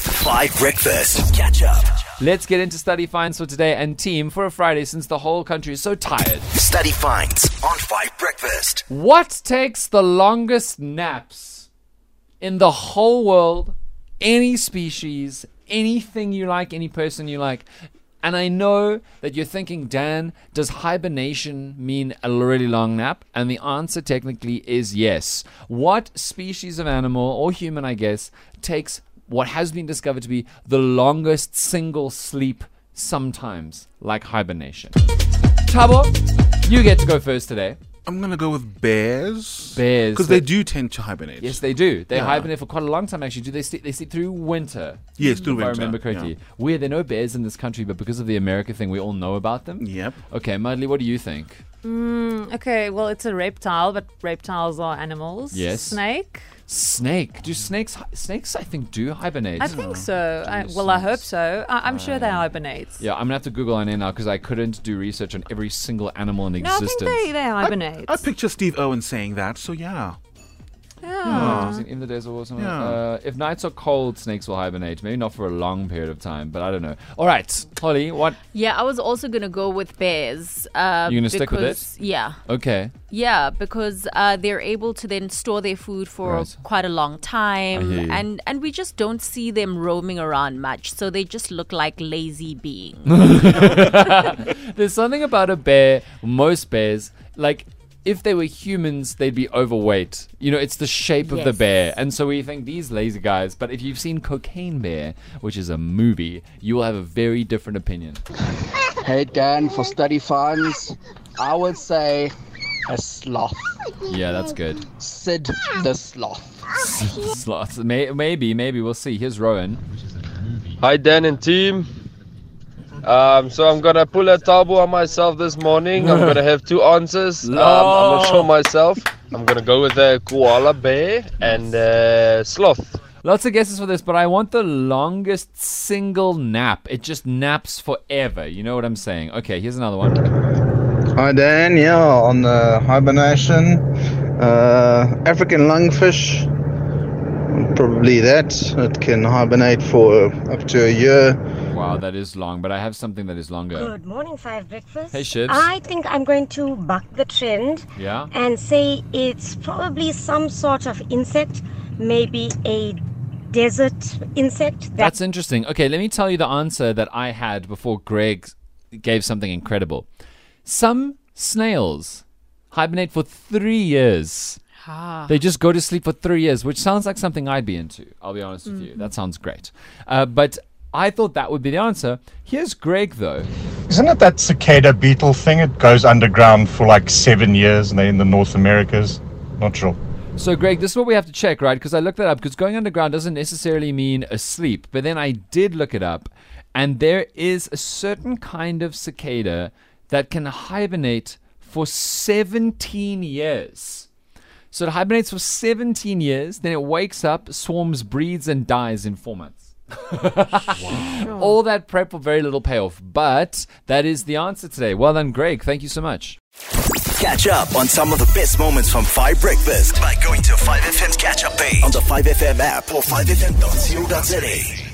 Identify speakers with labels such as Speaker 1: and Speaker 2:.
Speaker 1: Five Breakfast. Catch up.
Speaker 2: Let's get into study finds for today and team for a Friday since the whole country is so tired.
Speaker 1: Study finds on Five Breakfast.
Speaker 2: What takes the longest naps in the whole world? Any species, anything you like, any person you like. And I know that you're thinking, Dan, does hibernation mean a really long nap? And the answer technically is yes. What species of animal, or human, I guess, takes what has been discovered to be the longest single sleep sometimes, like hibernation? Tabo, you get to go first today.
Speaker 3: I'm gonna go with bears.
Speaker 2: Bears.
Speaker 3: because they do tend to hibernate.
Speaker 2: Yes, they do. They hibernate for quite a long time, actually. Do they sleep? They sleep through winter.
Speaker 3: Yes, through
Speaker 2: if I
Speaker 3: winter,
Speaker 2: remember correctly.
Speaker 3: yeah.
Speaker 2: Weird. There are no bears in this country, but because of the America thing, we all know about them.
Speaker 3: Yep.
Speaker 2: Okay, Mudley, what do you think?
Speaker 4: Okay, well, it's a reptile, but reptiles are animals.
Speaker 2: Yes.
Speaker 4: Snake?
Speaker 2: Snake. Do snakes? hi- Snakes, I think, do hibernate.
Speaker 4: I think so. I, well, I hope so. I, I'm sure they hibernate.
Speaker 2: yeah, I'm gonna have to Google on in now because I couldn't do research on every single animal in
Speaker 4: No, I
Speaker 2: existence.
Speaker 4: think they, they hibernate.
Speaker 3: I picture Steve Owen saying that, so yeah.
Speaker 2: Yeah, was it in the days of war or something?
Speaker 3: Yeah.
Speaker 2: Uh, if nights are cold, snakes will hibernate. Maybe not for a long period of time, but I don't know. All right, Holly, what?
Speaker 5: Yeah, I was also gonna go with bears. Uh,
Speaker 2: You gonna stick with it?
Speaker 5: because- Yeah,
Speaker 2: Okay.
Speaker 5: yeah, because uh, they're able to then store their food for
Speaker 2: Right.
Speaker 5: quite a long
Speaker 2: I hear you.
Speaker 5: time, and and we just don't see them roaming around much, so they just look like lazy beings.
Speaker 2: There's something about a bear, most bears, like if they were humans, they'd be overweight. You know, it's the shape of the
Speaker 5: Yes.
Speaker 2: bear. And so we think these lazy guys, but if you've seen Cocaine Bear, which is a movie, you will have a very different opinion.
Speaker 6: Hey Dan, for study funds, I would say a sloth.
Speaker 2: Yeah, that's good.
Speaker 6: Sid the sloth.
Speaker 2: Slots. May- maybe, maybe we'll see. Here's Rowan.
Speaker 7: Hi Dan and team. Um, so I'm gonna pull a tabo on myself this morning. I'm gonna have two answers. Um, I'm not sure myself. I'm gonna go with a koala bear and uh, sloth.
Speaker 2: Lots of guesses for this, but I want the longest single nap. It just naps forever. You know what I'm saying? Okay, here's another one.
Speaker 8: Hi Dan, yeah, on the hibernation, uh, African lungfish, probably that. It can hibernate for up to a year.
Speaker 2: Wow, that is long, but I have something that is longer.
Speaker 9: Good morning, Five Breakfast.
Speaker 2: Hey, Shibs.
Speaker 9: I think I'm going to buck the trend
Speaker 2: Yeah?
Speaker 9: and say it's probably some sort of insect, maybe a desert insect. That
Speaker 2: That's interesting. Okay, let me tell you the answer that I had before Greg gave something incredible. Some snails hibernate for three years. They just go to sleep for three years, which sounds like something I'd be into. I'll be honest with you. That sounds great. Uh, but I thought that would be the answer. Here's Greg, though.
Speaker 10: Isn't it that cicada beetle thing? It goes underground for like seven years and they're in the North Americas. Not sure.
Speaker 2: So, Greg, this is what we have to check, right? Because I looked that up because going underground doesn't necessarily mean asleep. But then I did look it up, and there is a certain kind of cicada that can hibernate for 17 years. So it hibernates for 17 years, then it wakes up, swarms, breeds, and dies in four months. All that prep for very little payoff. But that is the answer today. Well done, Greg. Thank you so much.
Speaker 1: Catch up on some of the best moments from Five Breakfast by going to 5FM's catch up page on the 5FM app or 5FM.co.za.